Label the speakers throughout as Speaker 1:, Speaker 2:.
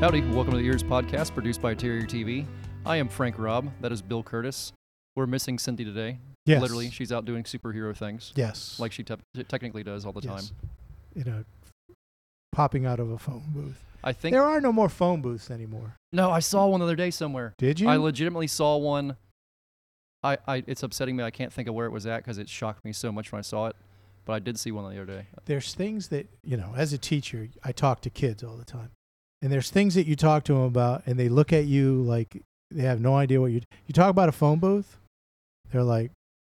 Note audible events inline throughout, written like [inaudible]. Speaker 1: Howdy, welcome to the Ears Podcast, produced by Terrier TV. I am Frank Robb. That is Bill Curtis. We're missing Cindy today.
Speaker 2: Yes.
Speaker 1: Literally, she's out doing superhero things,
Speaker 2: Yes.
Speaker 1: like she te- technically does all the
Speaker 2: Yes.
Speaker 1: time.
Speaker 2: You know, popping out of a phone booth.
Speaker 1: I think.
Speaker 2: There are no more phone booths anymore.
Speaker 1: no, I saw one the other day somewhere.
Speaker 2: Did you?
Speaker 1: I legitimately saw one. I, I, it's upsetting me. I can't think of where it was at because it shocked me so much when I saw it. But I did see one the other day.
Speaker 2: there's things that, you know, as a teacher, I talk to kids all the time. And there's things that you talk to them about and they look at you like they have no idea what you you talk about a phone booth. They're like,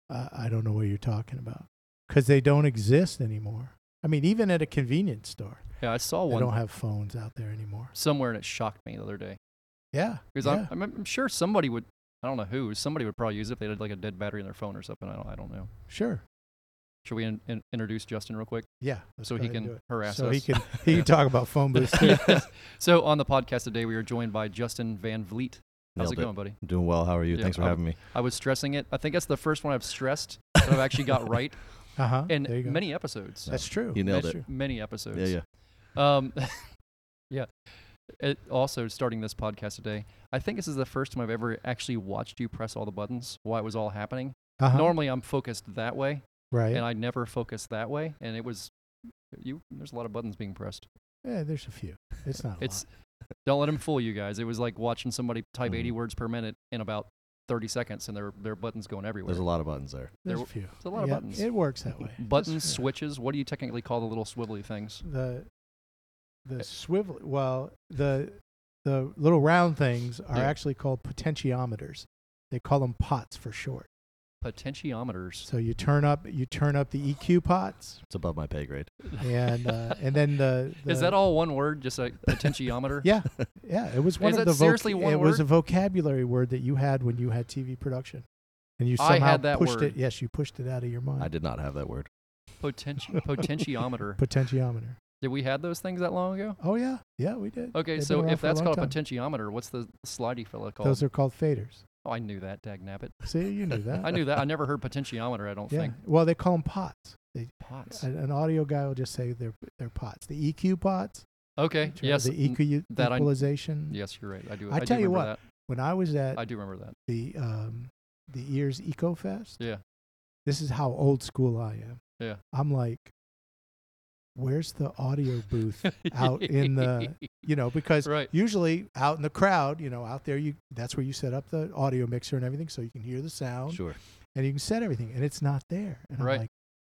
Speaker 2: I, I don't know what you're talking about because they don't exist anymore. I mean, even at a convenience store,
Speaker 1: Yeah, I saw
Speaker 2: they
Speaker 1: one
Speaker 2: don't have phones out there anymore.
Speaker 1: somewhere and it shocked me the other day.
Speaker 2: Yeah.
Speaker 1: Because
Speaker 2: yeah.
Speaker 1: I'm, I'm, I'm sure somebody would, I don't know who, somebody would probably use it if they had like a dead battery in their phone or something. I don't, I don't know.
Speaker 2: sure.
Speaker 1: Should we in, in, introduce Justin real quick
Speaker 2: Yeah. let's
Speaker 1: so
Speaker 2: go
Speaker 1: he
Speaker 2: ahead and do
Speaker 1: can
Speaker 2: it.
Speaker 1: harass
Speaker 2: so
Speaker 1: us? [laughs]
Speaker 2: he can he can talk about phone booths too. [laughs]
Speaker 1: Yes. [laughs] so on the podcast today, we are joined by Justin Van Vliet. How's
Speaker 3: Nailed
Speaker 1: it going, buddy?
Speaker 3: Doing well. How are you?
Speaker 1: Yeah,
Speaker 3: Thanks for
Speaker 1: I'm-
Speaker 3: having me.
Speaker 1: I was stressing it. I think that's the first one I've stressed that [laughs] I've actually
Speaker 2: [laughs]
Speaker 1: got right
Speaker 2: Uh huh.
Speaker 1: in
Speaker 2: there you go.
Speaker 1: many episodes.
Speaker 2: That's true.
Speaker 3: You nailed
Speaker 2: That's true.
Speaker 3: it.
Speaker 1: Many episodes.
Speaker 3: [laughs] Yeah, yeah.
Speaker 1: Um, [laughs] yeah. It, also, starting this podcast today, I think this is the first time I've ever actually watched you press all the buttons while it was all happening.
Speaker 2: Uh-huh.
Speaker 1: Normally, I'm focused that way,
Speaker 2: right?
Speaker 1: and I never focus that way. And it was you. There's a lot of buttons being pressed.
Speaker 2: yeah, there's a few. It's not. A
Speaker 1: It's
Speaker 2: [laughs] lot.
Speaker 1: don't let him fool you guys. It was like watching somebody type 80
Speaker 3: Mhm.
Speaker 2: Mm-hmm.
Speaker 1: words per minute in about 30 seconds, and their their buttons going everywhere.
Speaker 3: There's a lot of buttons there.
Speaker 2: There's
Speaker 1: there-
Speaker 2: a few.
Speaker 1: It's a lot of
Speaker 2: Yeah,
Speaker 1: buttons.
Speaker 2: It works that way.
Speaker 1: buttons,
Speaker 2: That's-
Speaker 1: switches. What do you technically call the little swivelly things?
Speaker 2: The the swivel. Well, the the little round things are
Speaker 1: Yeah.
Speaker 2: actually called potentiometers. They call them pots for short.
Speaker 1: Potentiometers.
Speaker 2: So you turn up you turn up the EQ pots,
Speaker 3: It's above my pay grade.
Speaker 2: and uh, and then the,
Speaker 1: [laughs] Is
Speaker 2: the-
Speaker 1: that all one word? Just a potentiometer?
Speaker 2: [laughs]
Speaker 3: [laughs]
Speaker 2: Yeah, yeah. It was one
Speaker 1: Is
Speaker 2: of
Speaker 1: that
Speaker 2: the voc-
Speaker 1: seriously one
Speaker 2: It was
Speaker 1: word?
Speaker 2: a vocabulary word that you had when you had TV production, and you
Speaker 1: I had
Speaker 2: somehow
Speaker 1: that
Speaker 2: pushed
Speaker 1: word.
Speaker 2: it. Yes, you pushed it out of your mind.
Speaker 3: I did not have that word.
Speaker 2: [laughs]
Speaker 1: Potenti- potentiometer.
Speaker 2: Potentiometer.
Speaker 1: Did we had those things that long ago?
Speaker 2: Oh yeah, yeah, we did.
Speaker 1: Okay,
Speaker 2: They've been
Speaker 1: so
Speaker 2: around
Speaker 1: if
Speaker 2: for a
Speaker 1: that's
Speaker 2: long
Speaker 1: called a
Speaker 2: time.
Speaker 1: potentiometer, what's the slidey fella called?
Speaker 2: those are called faders.
Speaker 1: oh, I knew that, dag nabbit.
Speaker 2: See, you knew
Speaker 1: [laughs]
Speaker 2: that.
Speaker 1: I knew that. I never heard potentiometer, I don't
Speaker 2: yeah.
Speaker 1: think.
Speaker 2: Well, they call them pots. They,
Speaker 1: Pots.
Speaker 2: an, an audio guy will just say they're they're pots. The EQ pots.
Speaker 1: Okay,
Speaker 2: which are
Speaker 1: yes.
Speaker 2: The
Speaker 1: n-
Speaker 2: EQ
Speaker 1: that I-
Speaker 2: equalization.
Speaker 1: Yes, you're right. I do.
Speaker 2: I
Speaker 1: do
Speaker 2: tell you
Speaker 1: remember
Speaker 2: When I was at
Speaker 1: that. I do remember that.
Speaker 2: the um, the Ears Eco Fest.
Speaker 1: Yeah. [laughs]
Speaker 2: This is how old school I am.
Speaker 1: Yeah.
Speaker 2: I'm like, where's the audio booth?
Speaker 1: [laughs]
Speaker 2: Out in the- you know, because
Speaker 1: right.
Speaker 2: usually out in the crowd, you know, out there, you that's where you set up the audio mixer and everything, so you can hear the sound
Speaker 3: Sure.
Speaker 2: and you can set everything, and it's not there. And
Speaker 1: Right.
Speaker 2: I'm like,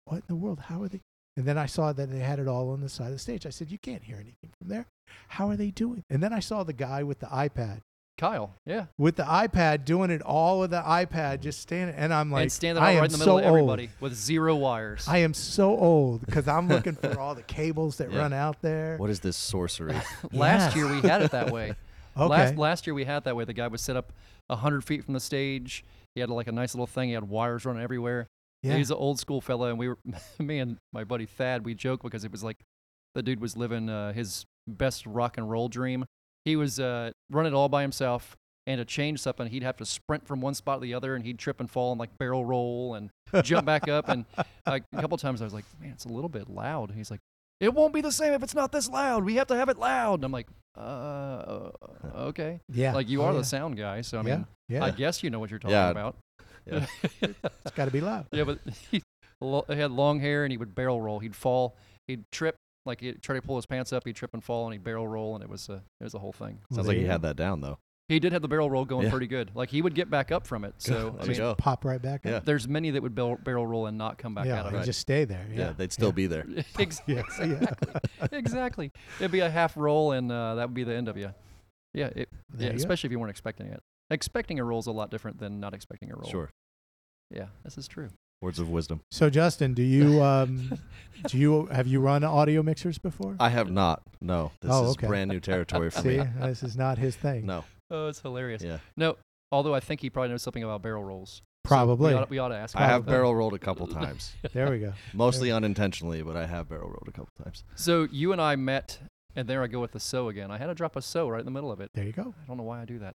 Speaker 2: what in the world? How are they? And then I saw that they had it all on the side of the stage. I said, you can't hear anything from there. How are they doing? And then I saw the guy with the iPad
Speaker 1: Kyle. Yeah.
Speaker 2: with the iPad, doing it all with the iPad, just standing. And I'm like,
Speaker 1: Mm-hmm. and standing out
Speaker 2: I am
Speaker 1: right in the middle
Speaker 2: so
Speaker 1: of everybody
Speaker 2: Old.
Speaker 1: with zero wires.
Speaker 2: I am so old because I'm looking for all the cables that
Speaker 3: Yeah.
Speaker 2: run out there.
Speaker 3: What is this
Speaker 2: [laughs]
Speaker 3: sorcery?
Speaker 1: [laughs] last
Speaker 2: Yes.
Speaker 1: year we had it that
Speaker 2: [laughs]
Speaker 1: way.
Speaker 2: Okay.
Speaker 1: Last last year we had it that way. The guy was set up hundred feet from the stage. He had like a nice little thing. He had wires running everywhere.
Speaker 2: yeah.
Speaker 1: He's an old school fella, and we were [laughs] me and my buddy Thad. We joke because it was like the dude was living uh, his best rock and roll dream. He was uh, running it all by himself, and to change something, he'd have to sprint from one spot to the other, and he'd trip and fall and like barrel roll and jump back up.
Speaker 2: [laughs]
Speaker 1: And like a couple times, I was like, "Man, it's a little bit loud." And he's like, "It won't be the same if it's not this loud. We have to have it loud." And I'm like, "Uh, okay."
Speaker 2: yeah.
Speaker 1: Like you
Speaker 2: Oh,
Speaker 1: are
Speaker 2: yeah.
Speaker 1: the sound guy, so I
Speaker 2: yeah.
Speaker 1: mean,
Speaker 2: yeah.
Speaker 1: I guess you know what you're talking
Speaker 3: Yeah.
Speaker 1: about.
Speaker 3: Yeah.
Speaker 1: [laughs]
Speaker 2: it's got to be loud.
Speaker 1: Yeah, but [laughs] he, lo- he had long hair and he would barrel roll. He'd fall. He'd trip. Like he'd try to pull his pants up. He'd trip and fall, and he'd barrel roll, and it was a it was a whole thing.
Speaker 3: Sounds like he had that down though.
Speaker 1: He did have the barrel roll going
Speaker 3: Yeah.
Speaker 1: pretty good. Like he would get back up from it. So I
Speaker 3: There you
Speaker 1: mean,
Speaker 3: go.
Speaker 2: Pop right back.
Speaker 3: Yeah.
Speaker 2: up.
Speaker 1: there's many that would barrel, barrel roll and not come back
Speaker 2: yeah.
Speaker 1: out
Speaker 2: and
Speaker 1: of it.
Speaker 3: right.
Speaker 2: just stay there.
Speaker 3: Yeah,
Speaker 2: Yeah. [laughs]
Speaker 3: they'd still be there.
Speaker 1: [laughs] Ex-
Speaker 2: Yeah, yeah.
Speaker 1: exactly. It'd be a half roll, and uh, that would be the end of you. Yeah, it,
Speaker 2: There
Speaker 1: yeah.
Speaker 2: you go.
Speaker 1: Especially if you weren't expecting it. Expecting a roll is a lot different than not expecting a roll.
Speaker 3: Sure.
Speaker 1: Yeah, this is true.
Speaker 3: Words of wisdom.
Speaker 2: So Justin,
Speaker 1: [laughs]
Speaker 2: do you um, do you have you run audio mixers before?
Speaker 3: I have not. No. This
Speaker 2: Oh,
Speaker 3: is
Speaker 2: okay.
Speaker 3: brand new territory
Speaker 2: [laughs]
Speaker 3: for
Speaker 2: See,
Speaker 3: me.
Speaker 2: this is not his thing.
Speaker 3: [laughs] No.
Speaker 1: Oh, it's hilarious.
Speaker 3: Yeah.
Speaker 1: No, although I think he probably knows something about barrel rolls.
Speaker 2: Probably.
Speaker 1: We ought, we ought to ask.
Speaker 3: I
Speaker 1: him
Speaker 3: have
Speaker 1: about that.
Speaker 3: barrel rolled
Speaker 1: [laughs]
Speaker 3: a couple times.
Speaker 2: There we go.
Speaker 3: Mostly unintentionally, but I have barrel rolled a couple times.
Speaker 1: So you and I met, and there I go with the so again. I had to drop a so right in the middle of it.
Speaker 2: There you go.
Speaker 1: I don't know why I do that.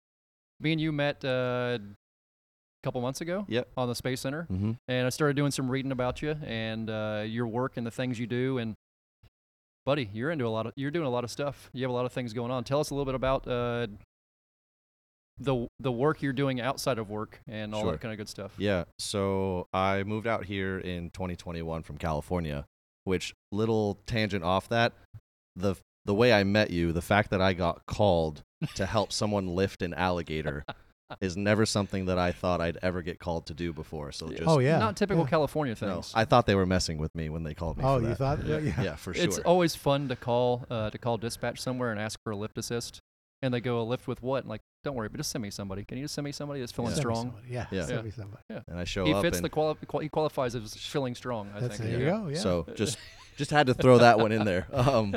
Speaker 1: Me and you met uh, a couple months ago.
Speaker 3: Yep.
Speaker 1: On the Space Center,
Speaker 3: Mm-hmm.
Speaker 1: and I started doing some reading about you and uh, your work and the things you do, and buddy, you're into a lot of you're doing a lot of stuff. You have a lot of things going on. Tell us a little bit about uh, the the work you're doing outside of work and all
Speaker 3: Sure.
Speaker 1: that kind of good stuff.
Speaker 3: Yeah. So I moved out here in 2021 from California, which little tangent off that, the the way I met you, the fact that I got called to help someone lift an alligator is never something that I thought I'd ever get called to do before. So
Speaker 1: Yeah.
Speaker 3: just
Speaker 2: Oh yeah.
Speaker 1: Not typical
Speaker 2: yeah.
Speaker 1: California
Speaker 3: no,
Speaker 1: things.
Speaker 3: I thought they were messing with me when they called me.
Speaker 2: Oh,
Speaker 3: for
Speaker 2: you
Speaker 3: that.
Speaker 2: thought? [laughs] Yeah. yeah.
Speaker 3: Yeah, for sure.
Speaker 1: It's always fun to call uh, to call dispatch somewhere and ask for a lift assist, and they go a lift with what? And like, don't worry, but just send me somebody. Can you just send me somebody that's feeling
Speaker 3: Yeah.
Speaker 2: Send me
Speaker 1: strong?
Speaker 2: somebody. Yeah.
Speaker 3: Yeah.
Speaker 2: Send
Speaker 1: Yeah.
Speaker 2: me somebody.
Speaker 3: and I show
Speaker 1: He
Speaker 3: up
Speaker 1: fits
Speaker 3: and
Speaker 1: the quali- qual- he qualifies as feeling strong. I
Speaker 2: That's
Speaker 1: think.
Speaker 2: there you
Speaker 1: Yeah.
Speaker 2: go. Yeah.
Speaker 3: So just just had to throw that one in there. [laughs] Um,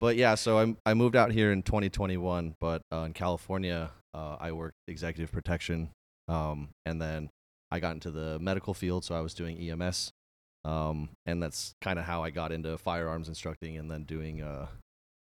Speaker 3: but yeah, so I I moved out here in 2021, but uh, in California, uh, I worked executive protection, um, and then I got into the medical field, so I was doing EMS, um, and that's kind of how I got into firearms instructing, and then doing uh,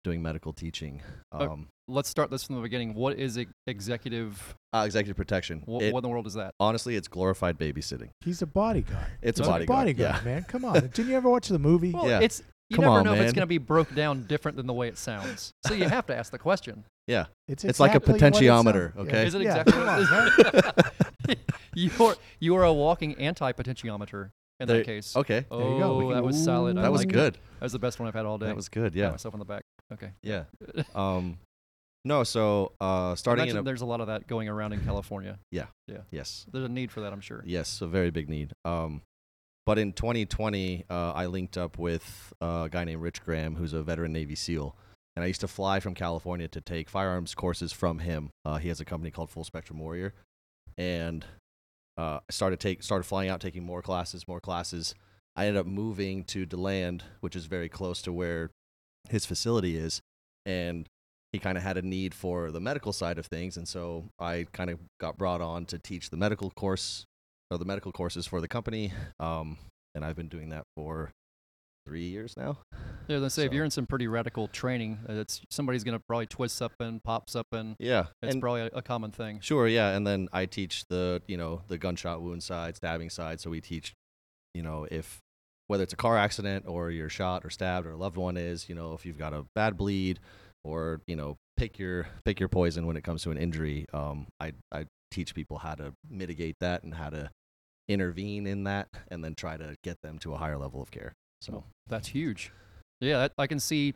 Speaker 3: doing medical teaching.
Speaker 1: Oh.
Speaker 3: Um,
Speaker 1: Let's start this from the beginning. What is e- executive?
Speaker 3: uh, executive protection.
Speaker 1: What,
Speaker 3: It-
Speaker 1: what in the world is that?
Speaker 3: honestly, it's glorified babysitting.
Speaker 2: he's a bodyguard.
Speaker 3: It's
Speaker 1: It's
Speaker 3: a
Speaker 1: a
Speaker 3: bodyguard.
Speaker 2: bodyguard,
Speaker 3: yeah.
Speaker 2: man. Come on. Didn't you ever watch the movie?
Speaker 1: Well,
Speaker 3: Yeah.
Speaker 1: it's you
Speaker 3: Come
Speaker 1: never
Speaker 3: on,
Speaker 1: know if it's
Speaker 3: man.
Speaker 1: going to be broke down different than the way it sounds. So
Speaker 3: [laughs]
Speaker 1: you have to ask the question.
Speaker 3: It's like a
Speaker 2: exactly what it sounds-
Speaker 3: potentiometer,
Speaker 2: yeah.
Speaker 3: okay?
Speaker 1: Is it
Speaker 2: Yeah,
Speaker 1: exactly
Speaker 2: come
Speaker 1: what
Speaker 2: on,
Speaker 1: it
Speaker 2: man.
Speaker 1: is? [laughs] You're you are a walking anti-potentiometer in
Speaker 3: There-
Speaker 1: that case.
Speaker 3: Okay,
Speaker 1: Oh,
Speaker 2: There you go. We can-
Speaker 1: that was solid. I
Speaker 3: that was
Speaker 1: like it.
Speaker 3: good.
Speaker 1: That was the best one I've had all day.
Speaker 3: That was good.
Speaker 1: Pat
Speaker 3: Yeah,
Speaker 1: myself on the back. Okay.
Speaker 3: yeah. Um, no, so uh, starting in
Speaker 1: Imagine
Speaker 3: a,
Speaker 1: there's a lot of that going around in California.
Speaker 3: yes,
Speaker 1: There's a need for that, I'm sure.
Speaker 3: yes, a very big need. Um, but in 2020, uh, I linked up with uh, a guy named Rich Graham, who's a veteran Navy SEAL, and I used to fly from California to take firearms courses from him. Uh, he has a company called Full Spectrum Warrior, and uh, I started take started flying out, taking more classes, more classes. I ended up moving to DeLand, which is very close to where his facility is, and he kind of had a need for the medical side of things, and so I kind of got brought on to teach the medical course or the medical courses for the company, um, and I've been doing that for three years now.
Speaker 1: Yeah, let's say if
Speaker 3: So-
Speaker 1: you're in some pretty radical training, uh, it's somebody's gonna probably twist something, pop something.
Speaker 3: Yeah,
Speaker 1: It's
Speaker 3: and-
Speaker 1: probably a, a common thing.
Speaker 3: Sure, yeah, and then I teach the you know the gunshot wound side, stabbing side. So we teach, you know, if whether it's a car accident or you're shot or stabbed or a loved one is, you know, if you've got a bad bleed or you know pick your pick your poison when it comes to an injury. Um, I I teach people how to mitigate that and how to intervene in that, and then try to get them to a higher level of care. So
Speaker 1: That's huge. Yeah, that, I can see.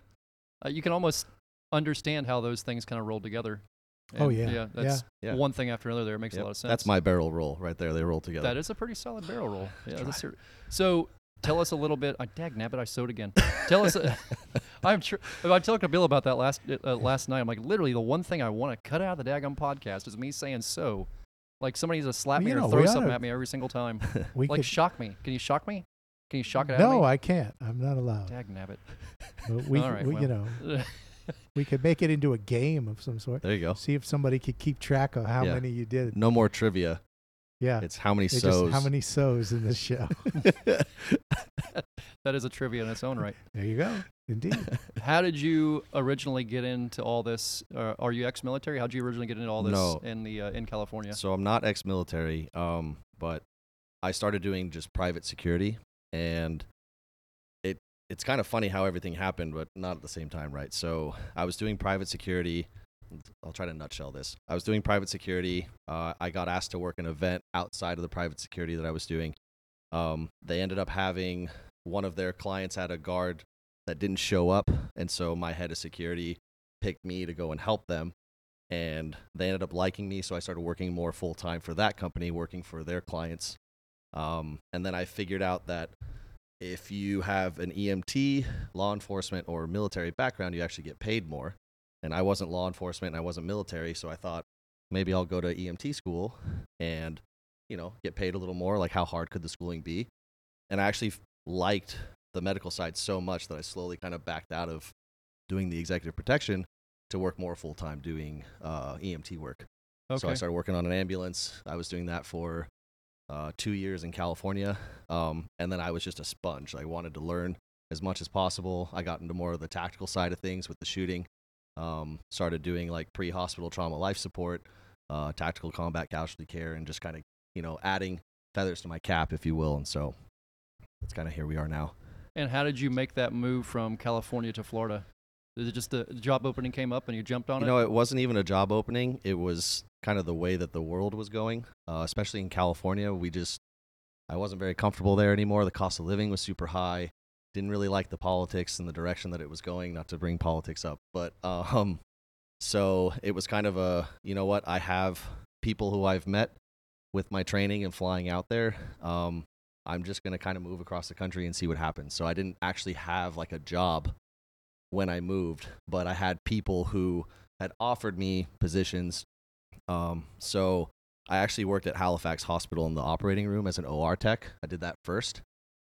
Speaker 1: Uh, you can almost understand how those things kind of roll together.
Speaker 2: Oh, yeah.
Speaker 1: yeah, that's
Speaker 3: Yeah.
Speaker 1: one thing after another. There it makes
Speaker 3: yep,
Speaker 1: a lot of sense.
Speaker 3: that's my barrel roll right there. They roll together.
Speaker 1: That is a pretty solid barrel roll. Yeah,
Speaker 3: Try.
Speaker 1: that's a- so tell us a little bit. uh, I dag nabbit, I sewed again. Tell us. uh, a- I'm sure. I talked to Bill about that last uh, last night. I'm like, literally, the one thing I want to cut out of the daggum podcast is me saying so. Like somebody needs to slap
Speaker 2: You
Speaker 1: me
Speaker 2: know,
Speaker 1: or throw
Speaker 2: we
Speaker 1: something
Speaker 2: oughta-
Speaker 1: at me every single time. [laughs]
Speaker 2: We
Speaker 1: Like
Speaker 2: could,
Speaker 1: shock me. Can you shock me? Can you shock it
Speaker 2: no,
Speaker 1: out
Speaker 2: I can't. I'm not allowed.
Speaker 1: Dag nabbit.
Speaker 2: But we,
Speaker 1: All right,
Speaker 2: we- you
Speaker 1: well.
Speaker 2: know,
Speaker 1: [laughs]
Speaker 2: we could make it into a game of some sort.
Speaker 3: [laughs] there you go.
Speaker 2: See if somebody could keep track of how
Speaker 3: Yeah.
Speaker 2: many you did.
Speaker 3: No more trivia.
Speaker 2: Yeah.
Speaker 3: It's how many
Speaker 2: They just-
Speaker 3: sows.
Speaker 2: how many sows in this show? [laughs]
Speaker 3: [laughs]
Speaker 1: that is a trivia in its own right.
Speaker 2: there you go. Indeed.
Speaker 1: How did you originally get into all this? Uh, are you ex-military? How did you originally get into all this
Speaker 3: No.
Speaker 1: in the uh, in California?
Speaker 3: So I'm not ex-military, um, but I started doing just private security, and it it's kind of funny how everything happened, but not at the same time, right? So I was doing private security. I'll try to nutshell this. I was doing private security. Uh, I got asked to work an event outside of the private security that I was doing. Um, they ended up having one of their clients had a guard that didn't show up, and so my head of security picked me to go and help them and they ended up liking me so i started working more full time for that company working for their clients um, and then i figured out that if you have an emt law enforcement or military background you actually get paid more and i wasn't law enforcement and i wasn't military so i thought maybe i'll go to emt school and you know get paid a little more like how hard could the schooling be and i actually f- liked the medical side so much that i slowly kind of backed out of doing the executive protection to work more full time doing uh, EMT work.
Speaker 1: Okay.
Speaker 3: So I started working on an ambulance. I was doing that for uh, two years in California, um, and then I was just a sponge. I wanted to learn as much as possible. I got into more of the tactical side of things with the shooting. Um, started doing like pre-hospital trauma life support, uh, tactical combat casualty care, and just kind of you know adding feathers to my cap, if you will. And so that's kind of here we are now.
Speaker 1: And how did you make that move from California to Florida? Is it just the job opening came up and you jumped on
Speaker 3: you
Speaker 1: it?
Speaker 3: know, it wasn't even a job opening. It was kind of the way that the world was going, uh, especially in California. We just, I wasn't very comfortable there anymore. The cost of living was super high. Didn't really like the politics and the direction that it was going. Not to bring politics up, but [laughs] um, so it was kind of a, you know what? I have people who I've met with my training and flying out there. Um, I'm just gonna kind of move across the country and see what happens. So I didn't actually have like a job when I moved, but I had people who had offered me positions. Um, so I actually worked at Halifax Hospital in the operating room as an OR tech. I did that first,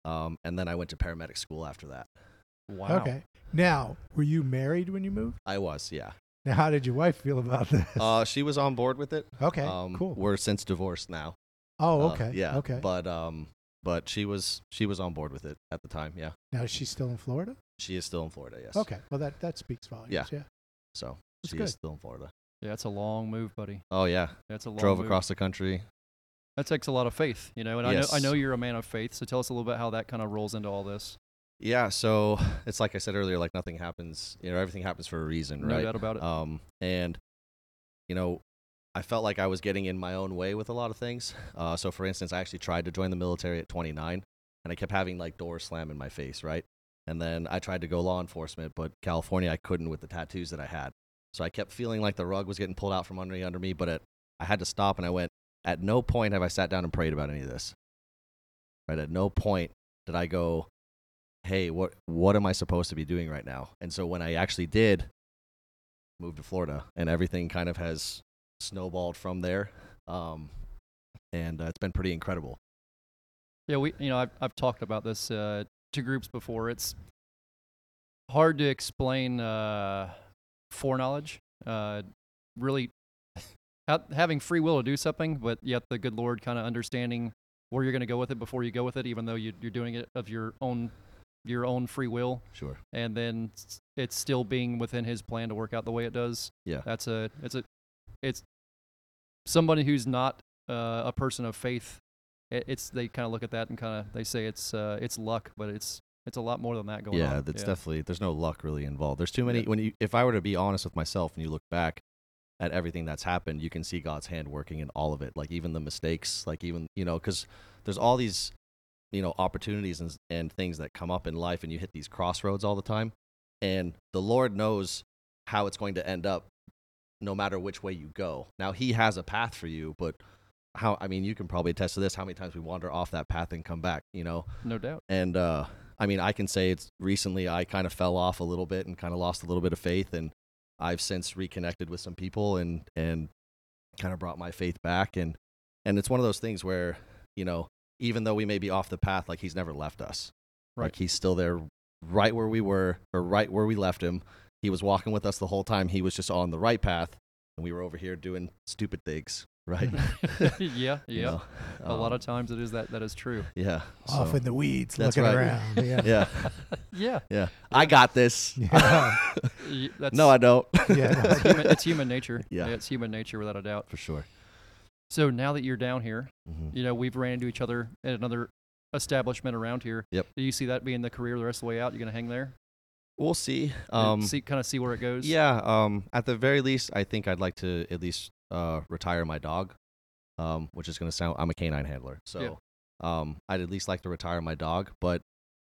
Speaker 3: um, and then I went to paramedic school after that.
Speaker 1: wow.
Speaker 2: Okay. Now, were you married when you moved?
Speaker 3: I was, yeah.
Speaker 2: Now, how did your wife feel about this?
Speaker 3: Uh, she was on board with it.
Speaker 2: okay.
Speaker 3: Um,
Speaker 2: cool.
Speaker 3: We're since divorced now.
Speaker 2: Oh,
Speaker 3: Uh,
Speaker 2: okay.
Speaker 3: yeah.
Speaker 2: Okay.
Speaker 3: But um, but she was she was on board with it at the time. Yeah.
Speaker 2: now, is she still in Florida?
Speaker 3: She is still in Florida. Yes.
Speaker 2: Okay. Well, that, that speaks volumes.
Speaker 3: Yeah.
Speaker 2: Yeah.
Speaker 3: So
Speaker 2: That's
Speaker 3: she
Speaker 2: good.
Speaker 3: is still in Florida.
Speaker 1: Yeah, that's a long move, buddy.
Speaker 3: Oh yeah.
Speaker 1: That's a long
Speaker 3: Drove
Speaker 1: move.
Speaker 3: across the country.
Speaker 1: That takes a lot of faith, you know. And I
Speaker 3: Yes.
Speaker 1: know I know you're a man of faith, so tell us a little bit how that kind of rolls into all this.
Speaker 3: Yeah, so it's like I said earlier, like nothing happens, you know, everything happens for a reason,
Speaker 1: No
Speaker 3: right?
Speaker 1: doubt about it.
Speaker 3: Um, and you know, I felt like I was getting in my own way with a lot of things. Uh, so for instance, I actually tried to join the military at 29, and I kept having like doors slam in my face, right? And then I tried to go law enforcement, but California I couldn't with the tattoos that I had. So I kept feeling like the rug was getting pulled out from under under me, but at, I had to stop and I went, at no point have I sat down and prayed about any of this. Right? At no point did I go, hey what what am i supposed to be doing right now and so when i actually did move to florida and everything kind of has snowballed from there um, and uh, it's been pretty incredible
Speaker 1: Yeah, we you know I've I've talked about this uh, to groups before. It's hard to explain uh, foreknowledge. Uh, really, [laughs] ha- having free will to do something, but yet the good Lord kind of understanding where you're going to go with it before you go with it, even though you, you're doing it of your own your own free will,
Speaker 3: sure
Speaker 1: and then s- it's still being within His plan to work out the way it does.
Speaker 3: Yeah.
Speaker 1: that's a it's a it's somebody who's not uh, a person of faith it, it's they kind of look at that and kind of they say it's uh, it's luck, but it's it's a lot more than that going on.
Speaker 3: yeah that's definitely there's no luck really involved there's too many when you if i were to be honest with myself and you look back at everything that's happened you can see god's hand working in all of it like even the mistakes like even you know because there's all these you know opportunities and, and things that come up in life and you hit these crossroads all the time and the lord knows how it's going to end up no matter which way you go now he has a path for you but how i mean you can probably attest to this how many times we wander off that path and come back you know
Speaker 1: no
Speaker 3: [laughs]
Speaker 1: doubt. [laughs]
Speaker 3: and uh, I mean, I can say it's recently I kind of fell off a little bit and kind of lost a little bit of faith, and I've since reconnected with some people and and kind of brought my faith back, and and it's one of those things where you know even though we may be off the path, like he's never left us,
Speaker 1: Right.
Speaker 3: Like he's still there, right where we were or right where we left him. He was walking with us the whole time. He was just on the right path, and we were over here doing stupid things, [laughs]
Speaker 1: [laughs]
Speaker 3: right?
Speaker 1: yeah, yeah.
Speaker 3: You know,
Speaker 1: a lot of
Speaker 3: um,
Speaker 1: times it is that that is
Speaker 3: [laughs]
Speaker 1: true.
Speaker 3: yeah,
Speaker 2: Off
Speaker 3: so-
Speaker 2: in the weeds,
Speaker 3: That's
Speaker 2: looking
Speaker 3: right.
Speaker 2: around.
Speaker 1: [laughs]
Speaker 2: Yeah.
Speaker 3: yeah,
Speaker 2: [laughs]
Speaker 1: Yeah,
Speaker 3: yeah. I got this.
Speaker 2: yeah.
Speaker 1: y- that's
Speaker 3: no, I don't.
Speaker 2: [laughs] Yeah.
Speaker 1: [laughs] it's human, it's human nature.
Speaker 3: [laughs] Yeah.
Speaker 1: it's human nature without a doubt.
Speaker 3: For sure.
Speaker 1: So now that you're down here,
Speaker 3: Mm-hmm.
Speaker 1: you know we've ran into each other at another establishment around here.
Speaker 3: Yep.
Speaker 1: Do you see that being the career the rest of the way out? You're gonna hang there,
Speaker 3: We'll see.
Speaker 1: um,
Speaker 3: Um,
Speaker 1: see kind of see where it goes.
Speaker 3: yeah. Um, at the very least, I think I'd like to at least uh, retire my dog, um, which is going to sound. I'm a canine handler, so um, I'd at least like to retire my dog. But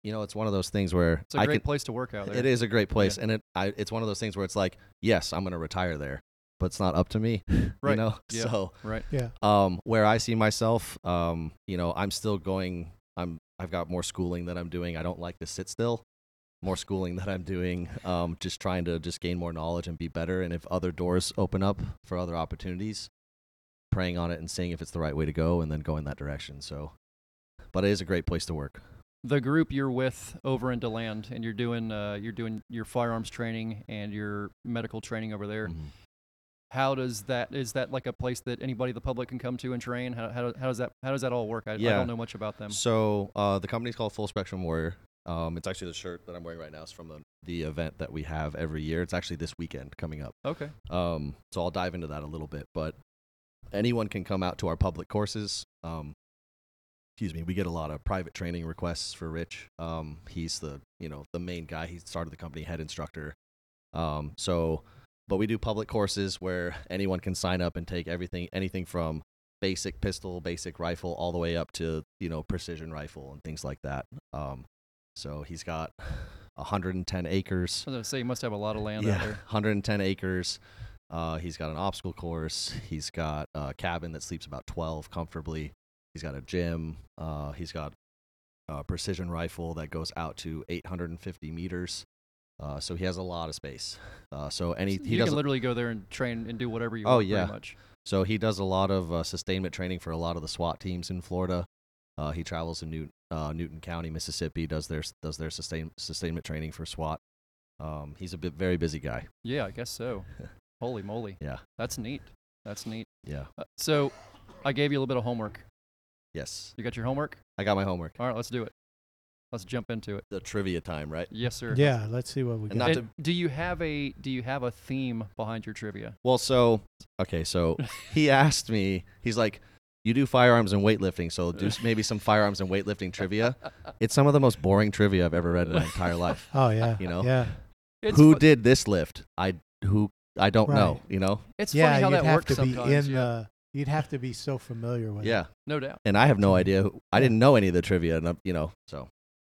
Speaker 3: you know, it's one of those things where
Speaker 1: it's a
Speaker 3: I
Speaker 1: great
Speaker 3: can.
Speaker 1: place to work out there.
Speaker 3: It is a great place, and it I, it's one of those things where it's like, yes, I'm going to retire there, but it's not up to me, [laughs]
Speaker 1: [laughs] Right.
Speaker 3: you know.
Speaker 1: Yeah.
Speaker 3: So
Speaker 1: right.
Speaker 2: yeah.
Speaker 3: um, where I see myself, um, you know, I'm still going. I'm I've got more schooling that I'm doing. I don't like to sit still. More schooling that I'm doing. Um, just trying to just gain more knowledge and be better. And if other doors open up for other opportunities, praying on it and seeing if it's the right way to go, and then go in that direction. So, but it is a great place to work.
Speaker 1: the group you're with over in Deland, and you're doing uh, you're doing your firearms training and your medical training over there.
Speaker 3: Mhm.
Speaker 1: How does that is that like a place that anybody the public can come to and train? How how, how does that how does that all work? I, I
Speaker 3: Yeah.
Speaker 1: don't know much about them.
Speaker 3: So uh, the company's called Full Spectrum Warrior. Um, it's actually the shirt that I'm wearing right now. is from the, the event that we have every year. It's actually this weekend coming up.
Speaker 1: Okay,
Speaker 3: Um, so I'll dive into that a little bit, but anyone can come out to our public courses. Um, excuse me, we get a lot of private training requests for Rich. Um, he's the you know the main guy. He started the company, head instructor. Um, so, but we do public courses where anyone can sign up and take everything, anything from basic pistol, basic rifle, all the way up to you know precision rifle and things like that. Um, so he's got [sighs] 110 acres.
Speaker 1: I was gonna say you must have a lot of land out
Speaker 3: [laughs]
Speaker 1: there.
Speaker 3: 110 acres. Uh, he's got an obstacle course. He's got a cabin that sleeps about 12 comfortably. He's got a gym. Uh, he's got a precision rifle that goes out to 850 meters. Uh, so he has a lot of space. Uh, so any he
Speaker 1: you
Speaker 3: does
Speaker 1: can literally go there and train and do whatever you
Speaker 3: Oh,
Speaker 1: want.
Speaker 3: yeah.
Speaker 1: Pretty much.
Speaker 3: so he does a lot of uh, sustainment training for a lot of the SWAT teams in Florida. Uh, he travels in Newt, uh, Newton County, Mississippi. Does their does their sustain, sustainment training for SWAT. Um, he's a bit, very busy guy.
Speaker 1: Yeah, I guess
Speaker 3: [laughs]
Speaker 1: so. Holy moly.
Speaker 3: Yeah.
Speaker 1: That's neat. That's neat.
Speaker 3: Yeah.
Speaker 1: Uh, so, I gave you a little bit of homework.
Speaker 3: Yes.
Speaker 1: You got your homework?
Speaker 3: I got my homework.
Speaker 1: All right, let's do it. Let's jump into it.
Speaker 3: The trivia time, right?
Speaker 1: Yes, sir.
Speaker 2: Yeah, let's see what we
Speaker 3: And
Speaker 2: got.
Speaker 3: not
Speaker 1: And do you have a do you have a theme behind your trivia?
Speaker 3: Well, so okay, so
Speaker 1: [laughs]
Speaker 3: he asked me. He's like, "You do firearms and weightlifting, so do s- maybe some firearms and weightlifting trivia."
Speaker 1: [laughs]
Speaker 3: It's some of the most boring trivia I've ever read in my entire life.
Speaker 2: oh yeah,
Speaker 3: You know?
Speaker 2: yeah,
Speaker 1: It's
Speaker 3: who
Speaker 1: fu-
Speaker 3: did this lift? I who I don't know.
Speaker 2: Right.
Speaker 3: You know?
Speaker 1: It's
Speaker 2: yeah.
Speaker 1: funny how
Speaker 2: you'd
Speaker 1: that
Speaker 2: have
Speaker 1: works
Speaker 2: to be
Speaker 1: sometimes.
Speaker 2: in
Speaker 1: yeah.
Speaker 2: the. You'd have to be so familiar with.
Speaker 3: Yeah.
Speaker 1: no doubt. [laughs]
Speaker 3: And I have no idea. Who, I didn't know any of the trivia. And I'm- you know, so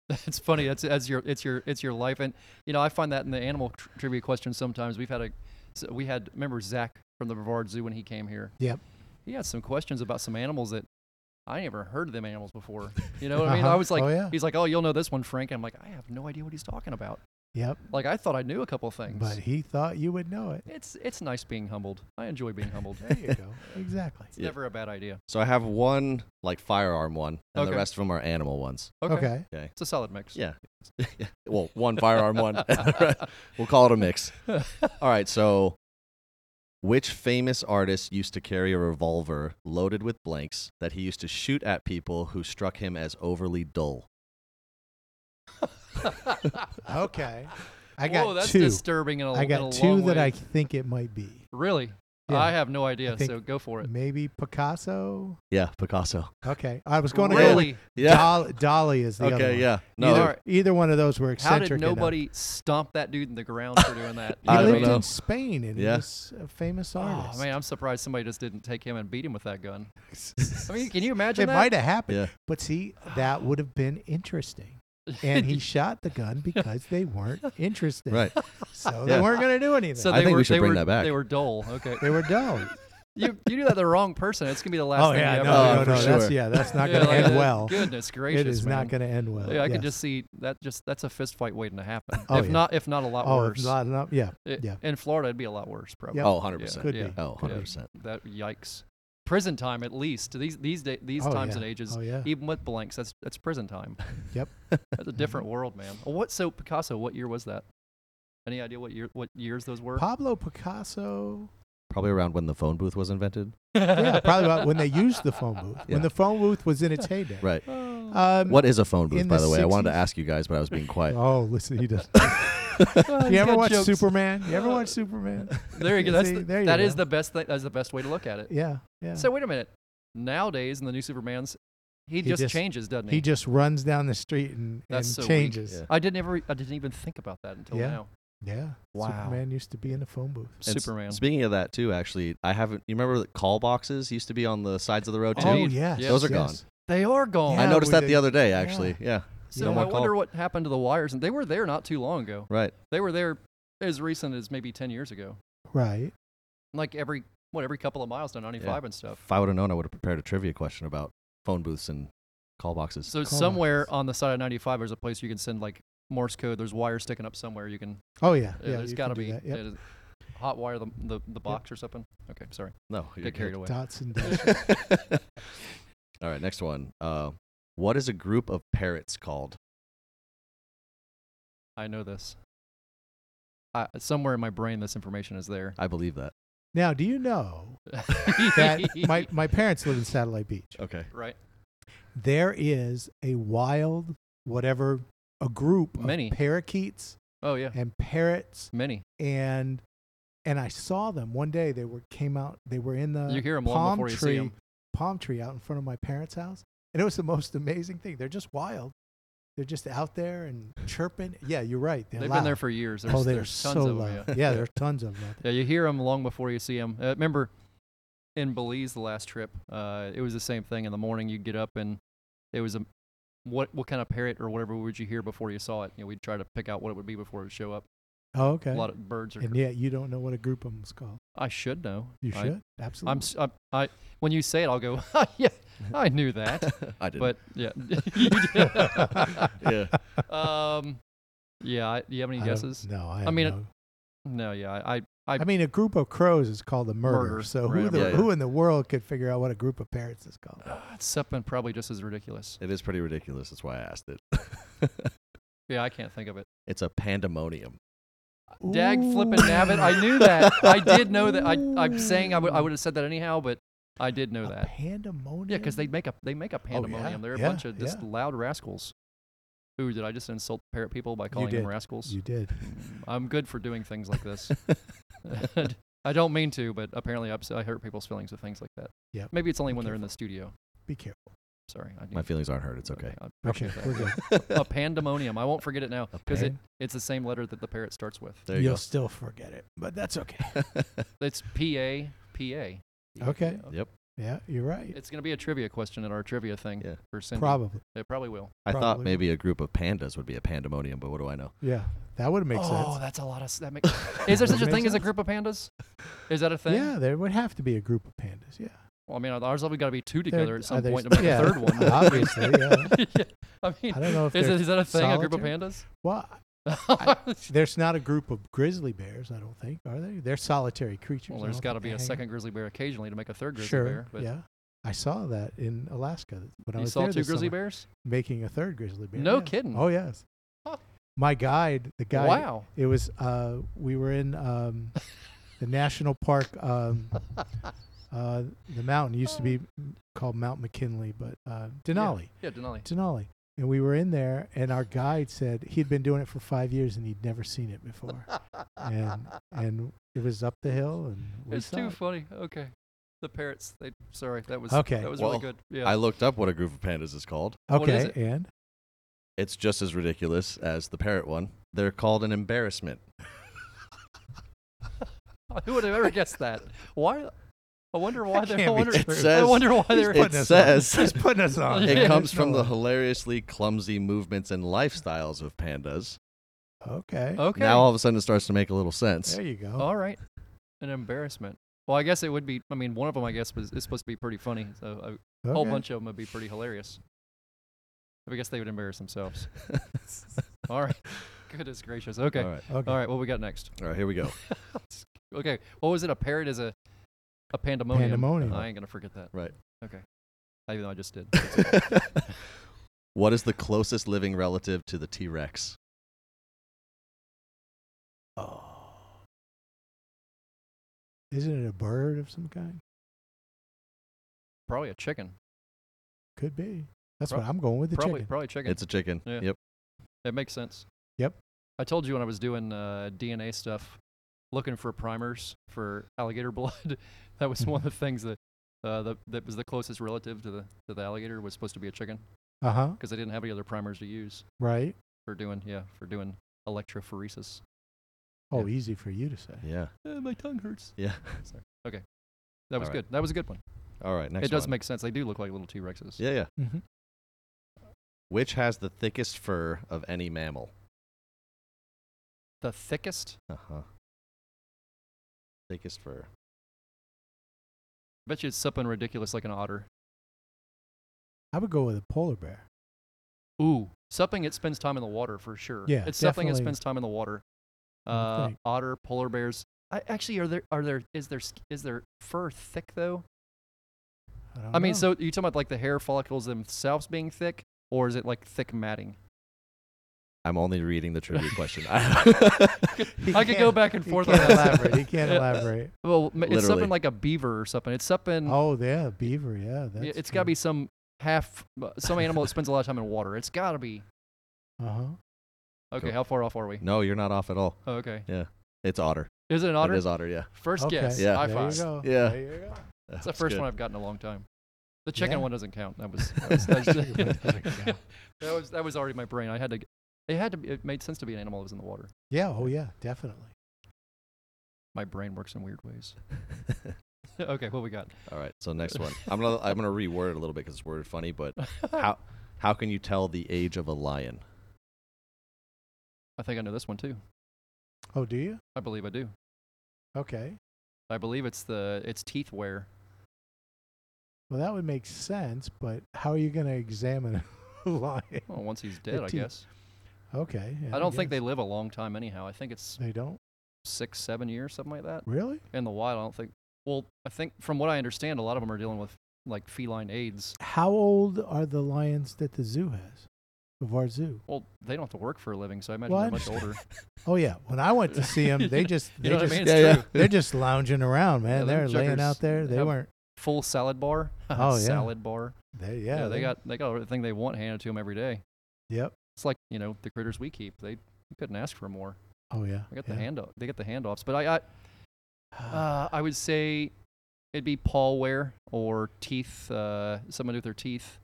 Speaker 1: It's funny. That's as your it's your it's your life, and you know I find that in the animal tr- trivia questions sometimes. We've had a so we had remember Zach from the Brevard Zoo when he came here.
Speaker 2: Yep.
Speaker 1: He had some questions about some animals that I never heard of them animals before. You know what I mean? I
Speaker 2: Uh-huh.
Speaker 1: was like,
Speaker 2: Oh, yeah.
Speaker 1: he's like, oh, you'll know this one, Frank. And I'm like, I have no idea what he's talking about.
Speaker 2: it. Yep.
Speaker 1: Like I thought I knew a couple things.
Speaker 2: But he thought you would know it.
Speaker 1: it's it's nice being humbled. I enjoy being
Speaker 2: [laughs]
Speaker 1: humbled.
Speaker 2: There you
Speaker 1: [laughs]
Speaker 2: go. exactly.
Speaker 1: It's
Speaker 3: Yeah.
Speaker 1: never a bad idea.
Speaker 3: [laughs] so I have one like firearm one, and the
Speaker 1: Okay.
Speaker 3: rest of them are animal ones.
Speaker 1: Okay.
Speaker 2: Okay.
Speaker 1: It's a solid mix.
Speaker 3: Yeah. well, one firearm
Speaker 1: [laughs]
Speaker 2: [laughs]
Speaker 3: one. [laughs] we'll call it a mix. All right, so which famous artist used to carry a revolver loaded with blanks that he used to shoot at people who struck him as overly dull?
Speaker 2: Okay. I got
Speaker 1: Whoa, that's
Speaker 2: two.
Speaker 1: disturbing in a,
Speaker 2: I
Speaker 1: in a
Speaker 2: got
Speaker 1: long
Speaker 2: two that
Speaker 1: way.
Speaker 2: I think it might be.
Speaker 1: Really?
Speaker 2: Yeah.
Speaker 1: I have no idea,
Speaker 2: think-
Speaker 1: so go for it.
Speaker 2: Maybe Picasso.
Speaker 3: Yeah,
Speaker 2: [laughs]
Speaker 3: Picasso.
Speaker 2: Okay. I was going to go. with
Speaker 1: Really?
Speaker 2: Dol- Dolly is the other
Speaker 3: okay,
Speaker 2: one.
Speaker 3: yeah.
Speaker 2: Either, [laughs]
Speaker 3: No.
Speaker 1: Alright.
Speaker 2: either one of those were
Speaker 1: How
Speaker 2: eccentric.
Speaker 1: did
Speaker 2: enough.
Speaker 1: nobody stomp that dude in the ground for doing
Speaker 2: [laughs]
Speaker 1: that?
Speaker 2: He
Speaker 3: I don't
Speaker 2: lived
Speaker 3: know.
Speaker 2: in Spain and
Speaker 3: Yeah.
Speaker 2: he was a famous
Speaker 1: Oh
Speaker 2: artist.
Speaker 1: man, I'm surprised somebody just didn't take him and beat him with that gun. [laughs] I mean, can you imagine
Speaker 2: it
Speaker 1: that?
Speaker 2: might have happened.
Speaker 3: Yeah.
Speaker 2: But see, that would have been interesting. And
Speaker 1: [laughs]
Speaker 2: he shot the gun because they weren't interested.
Speaker 3: Right.
Speaker 2: So
Speaker 3: Yeah.
Speaker 2: they weren't going to do anything.
Speaker 1: so
Speaker 3: I
Speaker 1: they
Speaker 3: think we
Speaker 1: were,
Speaker 3: should
Speaker 1: they
Speaker 3: bring
Speaker 1: were,
Speaker 3: that back.
Speaker 1: They were dull. Okay,
Speaker 2: they were dumb.
Speaker 1: you you do that to the wrong person. It's gonna be the last
Speaker 2: oh
Speaker 1: thing
Speaker 2: yeah,
Speaker 1: you
Speaker 2: no,
Speaker 1: ever.
Speaker 3: Oh,
Speaker 1: do.
Speaker 2: no, no,
Speaker 3: for
Speaker 2: that's
Speaker 3: sure.
Speaker 2: yeah, that's not
Speaker 1: Yeah,
Speaker 2: going to
Speaker 1: like,
Speaker 2: end
Speaker 1: uh,
Speaker 2: well.
Speaker 1: Goodness gracious,
Speaker 2: It is
Speaker 1: man.
Speaker 2: not going to end well.
Speaker 1: Yeah, I
Speaker 2: yes.
Speaker 1: can just see that. Just that's a fist fight waiting to happen.
Speaker 2: Oh,
Speaker 1: if
Speaker 2: yeah.
Speaker 1: not, if not a lot
Speaker 2: Oh,
Speaker 1: worse.
Speaker 2: it's not enough. Yeah,
Speaker 1: It-
Speaker 2: yeah.
Speaker 1: In Florida, it'd be a lot worse, probably.
Speaker 2: Yep.
Speaker 3: Oh, 100%.
Speaker 1: Yeah,
Speaker 2: could
Speaker 1: yeah.
Speaker 2: be.
Speaker 3: Oh,
Speaker 1: Could be.
Speaker 3: 100%.
Speaker 1: That yikes. Prison time at least. These these day, these
Speaker 2: Oh,
Speaker 1: times
Speaker 2: yeah.
Speaker 1: and ages.
Speaker 2: Oh yeah.
Speaker 1: Even with blanks, that's that's prison time. [laughs]
Speaker 2: Yep.
Speaker 1: That's a different world, man. Oh, What so Picasso, what year was that? Any idea what year what years those were?
Speaker 2: Pablo
Speaker 1: [laughs]
Speaker 2: Picasso.
Speaker 3: Probably around when the phone booth was invented.
Speaker 2: Yeah, probably about when they used the phone
Speaker 1: [laughs]
Speaker 2: booth.
Speaker 3: Yeah.
Speaker 2: When the phone booth was in its heyday.
Speaker 3: Right.
Speaker 1: Oh.
Speaker 2: Um,
Speaker 3: What is a phone booth,
Speaker 2: in
Speaker 3: by
Speaker 2: the
Speaker 3: the way? I wanted to
Speaker 2: 60s?
Speaker 3: ask you guys, but I
Speaker 2: [laughs]
Speaker 3: was being quiet.
Speaker 2: Oh, listen, he does.
Speaker 1: Oh, he's
Speaker 2: You ever
Speaker 1: got
Speaker 2: watch
Speaker 1: jokes.
Speaker 2: Superman? You ever
Speaker 1: Uh, [laughs]
Speaker 2: watch Superman? [laughs]
Speaker 1: There you go. That's
Speaker 2: See,
Speaker 1: the,
Speaker 2: there you
Speaker 1: that
Speaker 2: go.
Speaker 1: is the best thing. That's the best way to look at it.
Speaker 2: Yeah, yeah.
Speaker 1: So wait a minute. Nowadays in the new Superman's, he, just,
Speaker 2: just-
Speaker 1: changes, doesn't he?
Speaker 2: he just runs down the street and, and
Speaker 1: That's so weak.
Speaker 2: changes.
Speaker 3: Yeah.
Speaker 1: I didn't ever. I didn't even think about that until
Speaker 2: Yeah.
Speaker 1: now.
Speaker 2: Yeah.
Speaker 1: Wow.
Speaker 2: Superman used to be in the phone booth.
Speaker 3: [laughs] And s-
Speaker 1: Superman.
Speaker 3: Speaking of that too, actually, I haven't. You remember that call boxes used to be on the sides of the road too?
Speaker 2: Oh,
Speaker 1: Dude,
Speaker 2: yes.
Speaker 1: yeah.
Speaker 3: Those are
Speaker 2: yes.
Speaker 1: They are gone.
Speaker 3: I
Speaker 2: Yeah,
Speaker 3: noticed
Speaker 2: we
Speaker 3: that
Speaker 2: did.
Speaker 3: the other day,
Speaker 2: Yeah.
Speaker 3: actually. Yeah.
Speaker 1: So
Speaker 2: Yeah.
Speaker 1: I
Speaker 3: Someone called-
Speaker 1: wonder what happened to the wires, and they were there not too long ago.
Speaker 3: Right.
Speaker 1: They were there as recent as maybe ten years ago.
Speaker 2: Right.
Speaker 1: Like every what every couple of miles down 95 and stuff.
Speaker 3: If I would have known, I would have prepared a trivia question about phone booths and call boxes.
Speaker 1: So
Speaker 2: Call
Speaker 1: somewhere
Speaker 2: boxes.
Speaker 1: on the side of 95, there's a place you can send like Morse code. There's wires sticking up somewhere. You can.
Speaker 2: Oh yeah.
Speaker 1: Yeah,
Speaker 2: Yeah.
Speaker 1: there's
Speaker 2: you
Speaker 1: got to
Speaker 2: can do
Speaker 1: be.
Speaker 2: that. Yep.
Speaker 1: it is- hot wire the the, the box or something. Okay, sorry.
Speaker 3: no, you're
Speaker 1: Get carried
Speaker 3: good.
Speaker 1: away. [laughs]
Speaker 2: Dots and dashes.
Speaker 3: [laughs] All right, next one. Uh, what is a group of parrots called?
Speaker 1: I know this. I, somewhere in my brain, this information is there.
Speaker 3: I believe that.
Speaker 2: Now, do
Speaker 1: [laughs]
Speaker 2: you know [laughs] that my, my parents live in Satellite Beach?
Speaker 3: [laughs] Okay.
Speaker 1: right.
Speaker 2: There is a wild, whatever, a group
Speaker 1: Many.
Speaker 2: of parakeets
Speaker 1: Oh yeah,
Speaker 2: and parrots
Speaker 1: many.
Speaker 2: and and I saw them one day. They were came out. They were in the
Speaker 1: You hear 'em long
Speaker 2: palm
Speaker 1: before you see
Speaker 2: tree
Speaker 1: 'em.
Speaker 2: palm tree out in front of my parents' house, And it was the most amazing thing. They're just wild. They're just out there and chirping. Yeah, you're right. They're
Speaker 1: They've
Speaker 2: loud.
Speaker 1: been there for years. There's,
Speaker 2: oh, they're
Speaker 1: there's
Speaker 2: so
Speaker 1: tons of them.
Speaker 2: loud.
Speaker 1: Yeah. [laughs]
Speaker 2: yeah, there are tons of them. Out there.
Speaker 1: Yeah, you hear them long before you see them. Uh, remember in Belize the last trip, uh, it was the same thing. In the morning, you'd get up and it was a what what kind of parrot or whatever would you hear before you saw it? You know, we'd try to pick out what it would be before it would show up.
Speaker 2: Oh, okay.
Speaker 1: A lot of birds are.
Speaker 2: and yet you don't know what a group of them's called.
Speaker 1: I should know.
Speaker 2: You
Speaker 1: I-
Speaker 2: should absolutely.
Speaker 1: I'm, s- I'm- I when you say it, I'll go. [laughs] "Oh, yeah, I knew that.
Speaker 2: [laughs]
Speaker 3: I did.
Speaker 1: but yeah,
Speaker 3: yeah,
Speaker 1: [laughs] um, yeah. I- Do you have any
Speaker 2: I don't-
Speaker 1: guesses?
Speaker 2: No, I, have
Speaker 1: mean,
Speaker 2: no-
Speaker 1: No. Yeah. I. I I-
Speaker 2: I mean, a group of crows is called a murder.
Speaker 1: Murder,
Speaker 2: So
Speaker 1: right,
Speaker 2: who, the,
Speaker 3: yeah, yeah.
Speaker 2: who in the world could figure out what a group of parrots is called?
Speaker 1: uh, something probably just as ridiculous.
Speaker 3: it is pretty ridiculous. That's why I asked it. [laughs]
Speaker 1: Yeah, I can't think of it.
Speaker 3: it's a pandemonium.
Speaker 1: Dag flippin'
Speaker 2: Ooh.
Speaker 1: nabbit. I knew that. I did know that. I, I'm saying I would. I would have said that anyhow, but I did know
Speaker 2: A
Speaker 1: that.
Speaker 2: Pandemonium.
Speaker 1: Yeah, because they make a they make a pandemonium. They're a
Speaker 2: yeah,
Speaker 1: bunch of just
Speaker 2: yeah.
Speaker 1: loud rascals. Ooh, did I just insult parrot people by calling
Speaker 2: did.
Speaker 1: them rascals?
Speaker 2: You did. [laughs]
Speaker 1: I'm good for doing things like this. [laughs] I don't mean to, but apparently I upset, I hurt people's feelings with things like that.
Speaker 2: Yep.
Speaker 1: Maybe it's only
Speaker 2: Be
Speaker 1: when they're in the studio.
Speaker 2: Be careful.
Speaker 1: Sorry. I
Speaker 3: [laughs] My
Speaker 1: need-
Speaker 3: feelings aren't hurt. It's okay.
Speaker 1: I
Speaker 2: Okay,
Speaker 1: appreciate [laughs]
Speaker 2: we're
Speaker 1: that.
Speaker 2: good.
Speaker 3: [laughs]
Speaker 1: a pandemonium. I won't forget it now
Speaker 3: A
Speaker 1: because it,
Speaker 2: pan-
Speaker 1: it's the same letter that the parrot starts with.
Speaker 3: There you
Speaker 2: You'll
Speaker 3: go.
Speaker 2: still forget it, but that's okay.
Speaker 3: [laughs]
Speaker 1: It's P A P A.
Speaker 2: Okay.
Speaker 3: Yep.
Speaker 2: Yeah, you're right.
Speaker 1: It's going to be a trivia question at our trivia thing
Speaker 3: Yeah.
Speaker 1: for Cindy.
Speaker 2: Probably.
Speaker 1: It probably will.
Speaker 3: I thought
Speaker 2: Probably.
Speaker 3: maybe a group of pandas would be a pandemonium, but what do I know?
Speaker 2: Yeah, that would make
Speaker 1: oh,
Speaker 2: sense.
Speaker 1: that's a lot of. s- That
Speaker 2: [laughs]
Speaker 1: makes. Is there
Speaker 2: That
Speaker 1: such a
Speaker 2: makes
Speaker 1: thing as a
Speaker 2: sense.
Speaker 1: group of pandas? Is that a thing?
Speaker 2: Yeah, there would have to be a group of pandas. Yeah.
Speaker 1: Well, I mean, ours have got to be two
Speaker 2: They're-
Speaker 1: together
Speaker 2: are
Speaker 1: at some
Speaker 2: they-
Speaker 1: point to make
Speaker 2: yeah,
Speaker 1: a third
Speaker 2: [laughs]
Speaker 1: one.
Speaker 2: Obviously, yeah.
Speaker 1: [laughs] yeah. I mean,
Speaker 2: I don't know if
Speaker 1: is,
Speaker 2: they're
Speaker 1: it, is that a thing? A group of
Speaker 2: solitary?
Speaker 1: pandas? [laughs]
Speaker 2: well, there's not a group of grizzly bears. I don't think are they? They're solitary creatures.
Speaker 1: well,
Speaker 2: I
Speaker 1: there's
Speaker 2: don't
Speaker 1: got to
Speaker 2: think they
Speaker 1: be a
Speaker 2: hang out.
Speaker 1: second grizzly bear occasionally to make a third grizzly
Speaker 2: sure,
Speaker 1: bear. But
Speaker 2: yeah. I saw that in Alaska th- when I
Speaker 1: you
Speaker 2: was
Speaker 1: saw
Speaker 2: there
Speaker 1: two
Speaker 2: this
Speaker 1: grizzly
Speaker 2: summer,
Speaker 1: bears?
Speaker 2: making a third grizzly bear.
Speaker 1: No
Speaker 2: yeah.
Speaker 1: kidding.
Speaker 2: Oh yes.
Speaker 1: Huh.
Speaker 2: My guide, the guy. [laughs]
Speaker 1: Wow.
Speaker 2: It was uh, we were in um, the national park. Um, uh, the mountain used to be called Mount McKinley, but uh, Denali,
Speaker 1: Yeah, Denali.
Speaker 2: [laughs] Denali. And we were in there, and our guide said he'd been doing it for five years and he'd never seen it before.
Speaker 1: [laughs]
Speaker 2: and and it was up the hill, and we
Speaker 1: It's
Speaker 2: saw
Speaker 1: too
Speaker 2: it.
Speaker 1: funny. Okay. The parrots. They, sorry, that was
Speaker 2: Okay.
Speaker 1: That was
Speaker 3: Well,
Speaker 1: really good. Yeah.
Speaker 3: I looked up what a group of pandas is called.
Speaker 1: What is
Speaker 2: Okay, and
Speaker 3: It's just as ridiculous as the parrot one. They're called
Speaker 1: [laughs]
Speaker 3: an embarrassment.
Speaker 1: [laughs] Who would have ever guessed that? Why? I wonder why they're. I
Speaker 2: can't be
Speaker 1: wonder,
Speaker 2: true. It
Speaker 1: I
Speaker 3: says-
Speaker 1: wonder why
Speaker 2: He's
Speaker 1: they're.
Speaker 2: putting
Speaker 3: It
Speaker 2: us on.
Speaker 3: says-
Speaker 2: he's putting
Speaker 1: [laughs]
Speaker 2: us on.
Speaker 1: Yeah,
Speaker 3: It comes
Speaker 2: [laughs] There's no
Speaker 3: from the
Speaker 2: way.
Speaker 3: hilariously clumsy movements and lifestyles of pandas.
Speaker 2: Okay.
Speaker 1: Okay.
Speaker 3: Now all of a sudden it starts to make a little sense.
Speaker 2: There you go.
Speaker 1: All right. An embarrassment. Well, I guess it would be. I mean, one of them, I guess, was is supposed to be pretty funny. So a whole
Speaker 2: Okay.
Speaker 1: bunch of them would be pretty hilarious. I guess they would embarrass themselves. [laughs]
Speaker 3: [laughs]
Speaker 1: All right. [laughs] Goodness gracious. Okay.
Speaker 3: All right.
Speaker 2: Okay.
Speaker 1: All right. What we got next?
Speaker 3: All right, here we go.
Speaker 1: [laughs] okay. What was it? A parrot is a a pandemonium.
Speaker 2: Pandemonium.
Speaker 1: I ain't gonna forget that. [laughs]
Speaker 3: Right.
Speaker 1: Okay. I- Even though I just did.
Speaker 3: what is the closest living relative to the T Rex?
Speaker 2: Isn't it a bird of some kind?
Speaker 1: Probably a chicken.
Speaker 2: Could be. That's
Speaker 1: Prob-
Speaker 2: what I'm going with the
Speaker 1: probably
Speaker 2: chicken.
Speaker 1: probably chicken.
Speaker 3: It's a chicken.
Speaker 1: Yeah.
Speaker 3: Yep.
Speaker 1: That makes sense.
Speaker 2: Yep.
Speaker 1: I told you when I was doing uh, DNA stuff, looking for primers for alligator [laughs] blood, that was one of the things that uh, the, that was the closest relative to the to the alligator was supposed to be a chicken
Speaker 2: Uh huh.
Speaker 1: because they didn't have any other primers to use
Speaker 2: Right.
Speaker 1: for doing yeah for doing electrophoresis.
Speaker 2: Oh, easy for you to say.
Speaker 3: Yeah.
Speaker 1: Uh, my tongue hurts.
Speaker 3: Yeah. [laughs]
Speaker 1: Sorry. Okay. That was
Speaker 3: All right.
Speaker 1: good. That was a good one.
Speaker 3: All right. Next
Speaker 1: it does
Speaker 3: one.
Speaker 1: make sense. They do look like little T Rexes.
Speaker 3: Yeah, yeah.
Speaker 2: Mm-hmm.
Speaker 3: Which has the thickest fur of any mammal?
Speaker 1: The thickest.
Speaker 3: Uh huh. Thickest fur.
Speaker 1: bet you it's something ridiculous like an otter.
Speaker 2: I would go with a polar bear.
Speaker 1: Ooh, something that spends time in the water for sure.
Speaker 2: Yeah,
Speaker 1: it's something that
Speaker 2: definitely.
Speaker 1: spends time in the water.
Speaker 2: I would
Speaker 1: Uh,
Speaker 2: think.
Speaker 1: otter, polar bears. I, actually, are there are there is their sk- is their fur thick though?
Speaker 2: I, don't
Speaker 1: I mean,
Speaker 2: know.
Speaker 1: so you talking about like the hair follicles themselves being thick, or is it like thick matting?
Speaker 3: I'm only reading
Speaker 1: [laughs]
Speaker 3: the trivia question.
Speaker 2: [laughs] He
Speaker 1: I could go
Speaker 2: can't-
Speaker 1: back and
Speaker 2: he
Speaker 1: forth on
Speaker 2: can't
Speaker 1: that.
Speaker 2: elaborate. He
Speaker 1: [laughs]
Speaker 2: can't
Speaker 1: Yeah.
Speaker 2: elaborate.
Speaker 1: Well, m- it's
Speaker 3: Literally.
Speaker 1: something like a beaver or something. It's something.
Speaker 2: Oh yeah, beaver. Yeah, that's.
Speaker 1: Mm. yeah, it's got to be some half uh, some animal that spends a lot of time in water. It's got to be.
Speaker 2: Uh huh.
Speaker 1: Okay,
Speaker 3: Cool.
Speaker 1: how far off are
Speaker 3: [laughs]
Speaker 1: we?
Speaker 3: [laughs] no, you're not off at all.
Speaker 1: Oh, okay,
Speaker 3: It's otter.
Speaker 1: is it an otter?
Speaker 3: It is otter. Yeah.
Speaker 1: First
Speaker 2: Okay.
Speaker 1: guess.
Speaker 3: Yeah.
Speaker 1: High
Speaker 2: there
Speaker 1: five.
Speaker 2: You go.
Speaker 1: [laughs]
Speaker 3: Yeah. [laughs]
Speaker 2: There you go.
Speaker 1: It's the first one I've gotten in a long time. The chicken
Speaker 2: Yeah.
Speaker 1: one doesn't count. That was that was, that was-
Speaker 2: [laughs]
Speaker 1: [laughs]
Speaker 4: Yeah.
Speaker 1: that was that was already my brain. I had to. It had to. Be, it made sense to be an animal that was in the water.
Speaker 2: Yeah. Oh yeah. Definitely.
Speaker 1: My brain works in weird
Speaker 2: [laughs]
Speaker 1: ways. okay, what we got?
Speaker 3: All right, so next one. I'm gonna I'm gonna reword it a little bit because it's worded funny, but how how can you tell the age of a lion?
Speaker 1: [laughs] I think I know this one too.
Speaker 2: Oh, do you?
Speaker 1: I believe I do.
Speaker 2: Okay.
Speaker 1: I believe it's the it's teeth wear.
Speaker 2: Well, that would make sense, but how are you going to examine [laughs] a lion?
Speaker 1: Well, once he's dead, I
Speaker 2: teeth.
Speaker 1: guess.
Speaker 2: Okay. yeah,
Speaker 1: I don't think
Speaker 2: guess.
Speaker 1: they live a long time anyhow. I think it's
Speaker 2: They don't
Speaker 1: six, seven years, something like that.
Speaker 2: really.
Speaker 1: In the wild, I don't think. Well, I think from what I understand, a lot of them are dealing with like feline AIDS.
Speaker 2: How old are the lions that the zoo has? Of our zoo.
Speaker 1: Well, they don't have to work for a living, so I imagine
Speaker 2: Well, I
Speaker 1: they're much older.
Speaker 2: Oh yeah. When I went to
Speaker 1: [laughs]
Speaker 2: see them, they just
Speaker 1: You
Speaker 2: they
Speaker 1: know what I
Speaker 2: just
Speaker 1: mean? It's
Speaker 3: yeah,
Speaker 1: true.
Speaker 2: they're just lounging around,
Speaker 1: Yeah,
Speaker 2: man.
Speaker 1: them
Speaker 2: they're laying
Speaker 1: juggers
Speaker 2: out there. They
Speaker 1: have-
Speaker 2: weren't.
Speaker 1: Full salad bar. [laughs]
Speaker 2: Oh, yeah.
Speaker 1: Salad bar.
Speaker 2: They yeah.
Speaker 1: Yeah, they,
Speaker 2: they-
Speaker 1: got they got everything they want handed to them every day.
Speaker 2: Yep.
Speaker 1: It's like you know the critters we keep. They you couldn't ask for more.
Speaker 2: Oh yeah.
Speaker 1: They got
Speaker 2: yeah. Ah,
Speaker 1: the hand They get the handoffs. But I I, uh, I would say it'd be paw wear or teeth. Uh, someone with their teeth.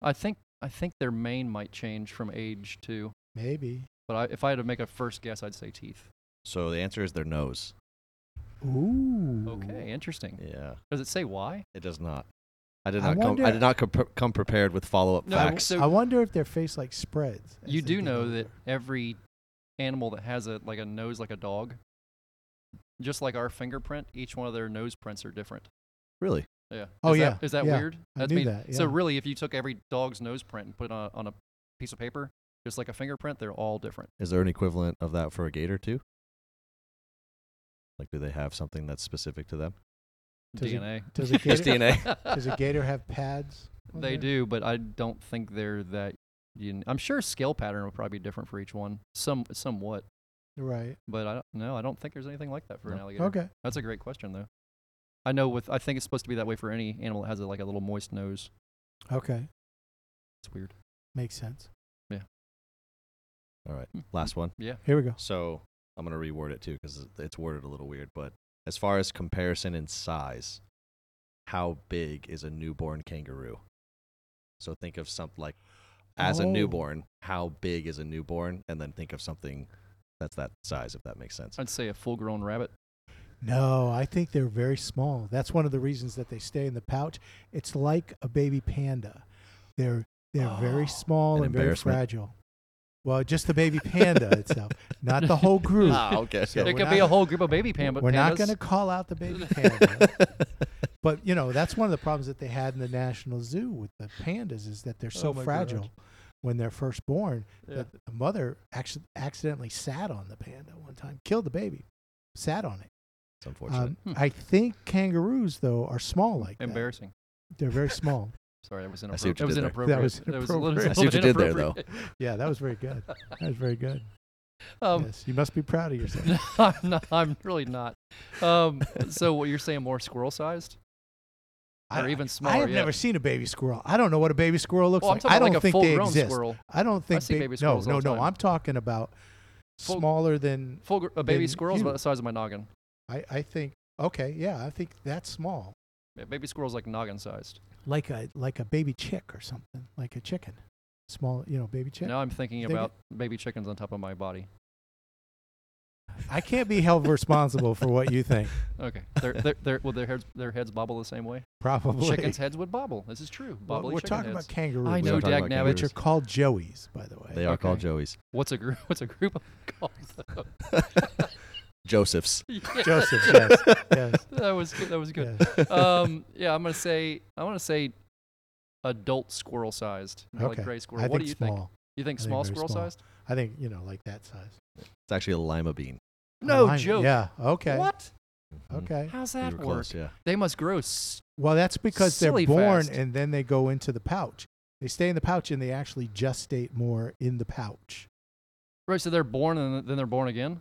Speaker 1: I think I think their mane might change from age too.
Speaker 2: Maybe.
Speaker 1: But I, if I had to make a first guess, I'd say teeth.
Speaker 3: So the answer is their nose.
Speaker 2: Ooh.
Speaker 1: Okay, interesting.
Speaker 3: Yeah,
Speaker 1: Does it say why?
Speaker 3: it does not. I did
Speaker 2: I
Speaker 3: not come. I
Speaker 2: wonder-
Speaker 3: did not com- come prepared with follow up
Speaker 1: No,
Speaker 3: facts.
Speaker 1: so-
Speaker 2: I wonder if their face like spreads. as
Speaker 1: you
Speaker 2: they
Speaker 1: do
Speaker 2: get
Speaker 1: know
Speaker 2: older.
Speaker 1: that every animal that has a like a nose like a dog, just like our fingerprint, each one of their nose prints are different.
Speaker 3: Really?
Speaker 1: Yeah.
Speaker 2: Oh,
Speaker 1: is
Speaker 2: yeah,
Speaker 1: That, is that
Speaker 2: yeah.
Speaker 1: weird?
Speaker 2: I
Speaker 1: That's
Speaker 2: knew
Speaker 1: mean-
Speaker 2: that,
Speaker 1: So
Speaker 2: yeah.
Speaker 1: really, if you took every dog's nose print and put it on, on a piece of paper, just like a fingerprint, they're all different.
Speaker 3: Is there an equivalent of that for a gator too? Like, do they have something that's specific to them?
Speaker 2: Does it-
Speaker 1: DNA.
Speaker 2: does a
Speaker 3: Just
Speaker 2: gator,
Speaker 3: DNA.
Speaker 2: does a gator have pads?
Speaker 1: [laughs]
Speaker 2: on
Speaker 1: They
Speaker 2: there?
Speaker 1: do, but I don't think they're that. Un- I'm sure scale pattern will probably be different for each one, some somewhat.
Speaker 2: Right.
Speaker 1: But I don't, no, I don't think there's anything like that for an
Speaker 3: No.
Speaker 1: alligator.
Speaker 2: Okay.
Speaker 1: That's a great question though. I know with I think it's supposed to be that way for any animal that has a, like a little moist nose.
Speaker 2: Okay.
Speaker 1: It's weird.
Speaker 2: Makes sense.
Speaker 3: All right,
Speaker 1: Hmm.
Speaker 3: last one.
Speaker 2: Here we go.
Speaker 3: So I'm gonna reword it too because it's worded a little weird. But as far as comparison in size, how big is a newborn kangaroo? So think of something like as a
Speaker 2: Oh.
Speaker 3: newborn, how big is a newborn, and then think of something that's that size, if that makes
Speaker 2: [laughs]
Speaker 3: sense.
Speaker 1: I'd say a full-grown rabbit.
Speaker 2: No, I think they're very small. That's one of the reasons that they stay in the pouch. It's like a baby panda. They're they're
Speaker 3: Oh,
Speaker 2: very small
Speaker 3: an
Speaker 2: and very
Speaker 3: embarrassment.
Speaker 2: fragile. Well, just the baby
Speaker 1: [laughs]
Speaker 2: panda itself, not the whole group.
Speaker 3: [laughs]
Speaker 2: [laughs]
Speaker 3: Ah, okay. [laughs]
Speaker 2: So
Speaker 1: it
Speaker 2: we're
Speaker 1: could be a
Speaker 2: not-
Speaker 1: whole group of baby pan-
Speaker 2: We're not
Speaker 1: pandas.
Speaker 2: going to call out the baby panda, but you know that's one of the problems that they had in the national zoo with the pandas is that they're so
Speaker 1: Oh my
Speaker 2: fragile
Speaker 1: gosh.
Speaker 2: when they're first born
Speaker 1: Yeah.
Speaker 2: that the mother actually accidentally sat on the panda one time, killed the baby, sat on it.
Speaker 3: It's unfortunate.
Speaker 2: Um,
Speaker 1: Hmm.
Speaker 2: I think kangaroos though are small like that.
Speaker 1: Embarrassing.
Speaker 2: They're very small.
Speaker 1: Sorry, that was
Speaker 3: I see
Speaker 1: inappropriate.
Speaker 3: what you
Speaker 1: That was
Speaker 3: did
Speaker 1: inappropriate.
Speaker 3: there.
Speaker 2: That was
Speaker 1: a little-
Speaker 2: inappropriate.
Speaker 3: I see what you did there,
Speaker 1: inappropriate.
Speaker 2: yeah, that was very good. That was very good.
Speaker 1: [laughs] Um,
Speaker 2: yes, you must be proud
Speaker 1: [laughs]
Speaker 2: of yourself.
Speaker 1: I'm, not, I'm really not. Um, so what you're saying, more squirrel-sized?
Speaker 2: I-
Speaker 1: or even
Speaker 2: I
Speaker 1: smaller,
Speaker 2: have
Speaker 1: yeah.
Speaker 2: never seen a baby squirrel. I don't know what a baby squirrel looks
Speaker 1: Well, I'm
Speaker 2: like.
Speaker 1: talking
Speaker 2: I
Speaker 1: about
Speaker 2: don't
Speaker 1: like a
Speaker 2: think they
Speaker 1: full-grown
Speaker 2: exist.
Speaker 1: squirrel.
Speaker 2: I don't think
Speaker 1: see
Speaker 2: ba-
Speaker 1: baby
Speaker 2: no,
Speaker 1: squirrels
Speaker 2: no,
Speaker 1: all the
Speaker 2: no.
Speaker 1: time.
Speaker 2: I'm talking about
Speaker 1: Full-
Speaker 2: smaller than
Speaker 1: Full gr- a baby
Speaker 2: Then
Speaker 1: squirrel's about
Speaker 2: you.
Speaker 1: the size of my noggin.
Speaker 2: I. I think. Okay, yeah, I think that's small,
Speaker 1: Yeah, baby squirrel's like noggin-sized.
Speaker 2: like a like a baby chick or something, like a chicken, small, you know, baby chick.
Speaker 1: Now I'm thinking
Speaker 2: Think it-
Speaker 1: about baby chickens on top of my body.
Speaker 2: I can't be held responsible for what you
Speaker 3: [laughs]
Speaker 2: think.
Speaker 1: Okay, their their their well, their heads their heads bobble the same
Speaker 2: [laughs]
Speaker 1: way.
Speaker 2: Probably.
Speaker 1: Chickens' heads would bobble. This is true.
Speaker 2: Well,
Speaker 1: Bobbly
Speaker 2: we're
Speaker 1: chicken
Speaker 2: talking
Speaker 1: heads.
Speaker 2: about kangaroos,
Speaker 1: I know,
Speaker 3: talking about
Speaker 1: Dagnabbit.
Speaker 2: which are called joeys, by the way.
Speaker 3: They are called
Speaker 1: okay.
Speaker 3: Joey's.
Speaker 1: What's a group? [laughs] What's a group called?
Speaker 3: [laughs] Joseph's.
Speaker 1: Yeah,
Speaker 2: [laughs] Joseph, yes, yes,
Speaker 1: that was good. That was [laughs]
Speaker 2: [laughs]
Speaker 1: good.
Speaker 2: yes.
Speaker 1: um, yeah, I'm gonna say I want to say adult squirrel sized, like
Speaker 2: Okay.
Speaker 1: gray
Speaker 2: I
Speaker 1: squirrel.
Speaker 2: think
Speaker 1: what do you
Speaker 2: small.
Speaker 1: think? You think
Speaker 2: I think
Speaker 1: small
Speaker 2: very
Speaker 1: squirrel
Speaker 2: small.
Speaker 1: sized?
Speaker 2: I think you know, like that size.
Speaker 3: It's actually a lima bean.
Speaker 1: No
Speaker 2: Alignment.
Speaker 1: joke.
Speaker 2: Yeah. Okay.
Speaker 1: What?
Speaker 3: Mhm.
Speaker 2: Okay.
Speaker 1: How's
Speaker 3: You
Speaker 1: that
Speaker 3: were
Speaker 1: work?
Speaker 3: close, yeah.
Speaker 1: They must grow. S-
Speaker 2: Well, that's because they're
Speaker 1: Silly
Speaker 2: born
Speaker 1: fast.
Speaker 2: and then they go into the pouch. They stay in the pouch and they actually gestate more in the pouch.
Speaker 1: right, so they're born and then they're born again.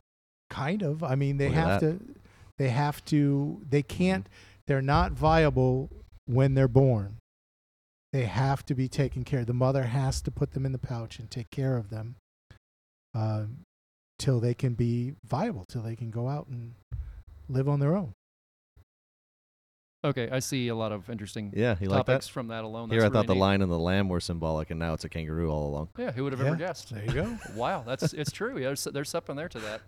Speaker 2: Kind of. I mean, they
Speaker 3: Look
Speaker 2: have
Speaker 3: at
Speaker 2: to. They have to. They
Speaker 1: Mm-hmm.
Speaker 2: can't. They're not viable when they're born. They have to be taken care. of. The mother has to put them in the pouch and take care of them um, till they can be viable, till they can go out and live on their own.
Speaker 1: Okay, I see a lot of interesting
Speaker 3: Yeah, you like
Speaker 1: topics
Speaker 3: that?
Speaker 1: from that alone.
Speaker 3: Here
Speaker 1: That's
Speaker 3: I thought
Speaker 1: really
Speaker 3: the
Speaker 1: neat.
Speaker 3: lion and the lamb were symbolic, and now it's a kangaroo all
Speaker 1: [laughs]
Speaker 3: along.
Speaker 1: Yeah, who would have
Speaker 2: Yeah.
Speaker 1: ever guessed?
Speaker 2: There you go.
Speaker 1: [laughs] Wow, that's it's true. Yeah, there's, there's something there to that.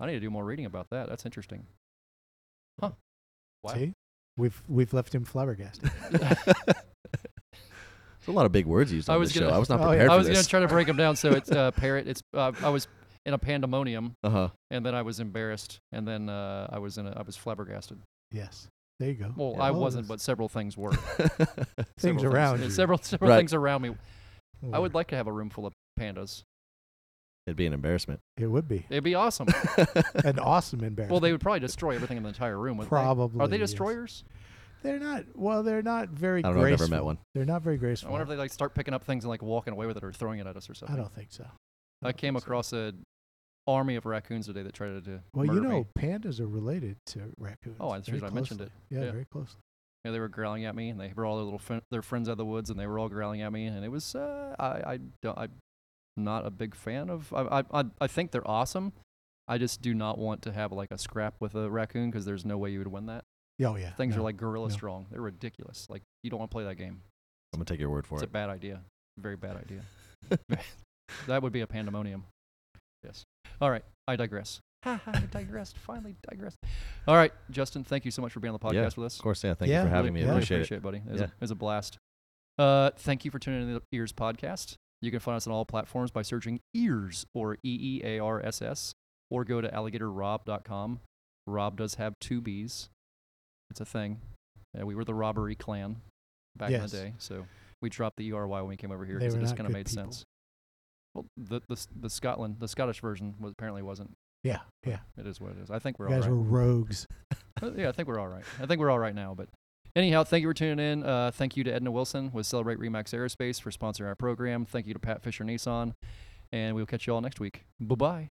Speaker 1: I need to do more reading about that. That's interesting. Huh. Wow.
Speaker 2: See, we've we've left him flabbergasted.
Speaker 3: There's a lot of big words used
Speaker 1: I
Speaker 3: on
Speaker 1: was
Speaker 3: this
Speaker 1: gonna-
Speaker 3: show. I was not
Speaker 2: Oh, yeah.
Speaker 3: prepared
Speaker 1: I
Speaker 3: for
Speaker 1: was going
Speaker 3: this.
Speaker 1: to try to break them down. So
Speaker 2: [laughs]
Speaker 1: it's uh, parrot. It's uh, I was in a pandemonium,
Speaker 3: uh-huh.
Speaker 1: and then I was embarrassed, and then uh, I was in a, I was flabbergasted.
Speaker 2: Yes, there you go.
Speaker 1: Well,
Speaker 3: Yeah.
Speaker 1: I
Speaker 2: Well,
Speaker 1: wasn't,
Speaker 2: that's-
Speaker 1: but several things
Speaker 2: [laughs]
Speaker 1: were.
Speaker 3: Uh-huh.
Speaker 1: [laughs]
Speaker 2: Things
Speaker 1: Several
Speaker 2: around
Speaker 1: things,
Speaker 2: you.
Speaker 1: Several several
Speaker 3: Right.
Speaker 1: things around me. I
Speaker 2: Or-
Speaker 1: would like to have a room full of pandas.
Speaker 3: It'd be
Speaker 2: [laughs]
Speaker 3: an embarrassment.
Speaker 2: It would
Speaker 1: [laughs]
Speaker 2: be
Speaker 1: It'd be awesome.
Speaker 2: an awesome embarrassment.
Speaker 1: well, they would probably destroy everything in the entire room. wouldn't they?
Speaker 2: probably
Speaker 1: Are they
Speaker 2: yes.
Speaker 1: destroyers?
Speaker 2: They're not. Well, they're not very.
Speaker 3: I don't know. I've
Speaker 2: graceful.
Speaker 3: never met one.
Speaker 2: They're not very
Speaker 1: I
Speaker 2: graceful.
Speaker 1: wonder if they like start picking up things and like walking away with it or throwing it at us or something.
Speaker 2: I don't think so.
Speaker 1: I
Speaker 2: don't
Speaker 1: came
Speaker 2: think so.
Speaker 1: across a army of raccoons today that tried to do.
Speaker 2: Well, you
Speaker 1: murder
Speaker 2: know,
Speaker 1: me.
Speaker 2: pandas are related to raccoons.
Speaker 1: Oh, that's the
Speaker 2: very
Speaker 1: reason I mentioned
Speaker 2: closely.
Speaker 1: yeah.
Speaker 2: yeah, very closely.
Speaker 1: Yeah, they were growling at me, and they were all their little fri their friends out of the woods, and they were all growling at me, and it was uh, I I don't I'm not a big fan of I I- I I think they're awesome. I just do not want to have like a scrap with a raccoon because there's no way you would win that.
Speaker 2: Yeah, oh yeah.
Speaker 1: Things
Speaker 2: no.
Speaker 1: are like gorilla
Speaker 2: no.
Speaker 1: strong. They're ridiculous. Like you don't want to play that game.
Speaker 3: I'm gonna take your word for
Speaker 1: It's a
Speaker 3: it.
Speaker 1: bad idea. Very bad idea. That would be a pandemonium. Yes. All right. I digress. Ha ha, [laughs] I digressed. Finally digressed. All right, Justin. Thank you so much for being on the podcast
Speaker 3: Yeah,
Speaker 1: with us.
Speaker 3: [laughs] of course, yeah. Thank
Speaker 2: Yeah,
Speaker 3: you for having
Speaker 1: really,
Speaker 3: me. I
Speaker 1: really
Speaker 3: appreciate,
Speaker 1: it, buddy. It was, a,
Speaker 3: Yeah.
Speaker 1: it was a blast. Uh, thank you for tuning in to the Ears podcast. You can find us on all platforms by searching Ears or E E A R S S, or go to alligatorrob.com. Rob does have two B's. It's a thing. Uh, we were the robbery clan back
Speaker 2: Yes.
Speaker 1: in the day, so we dropped the E R Y when we came over here
Speaker 2: They
Speaker 1: because it
Speaker 2: were
Speaker 1: just
Speaker 2: not
Speaker 1: kind of
Speaker 2: good
Speaker 1: made
Speaker 2: people.
Speaker 1: sense. Well, the, the S- the Scotland the Scottish version was apparently wasn't.
Speaker 2: Yeah, yeah.
Speaker 1: It is what it is. I think we're
Speaker 2: You
Speaker 1: all right.
Speaker 2: guys were rogues.
Speaker 1: Uh, yeah, I think we're all right. I think we're all right now. But anyhow, thank you for tuning in. Uh, thank you to Edna Wilson with Celebrate Remax Aerospace for sponsoring our program. Thank you to Pat Fisher Nissan. And we'll catch you all next week. Bye bye.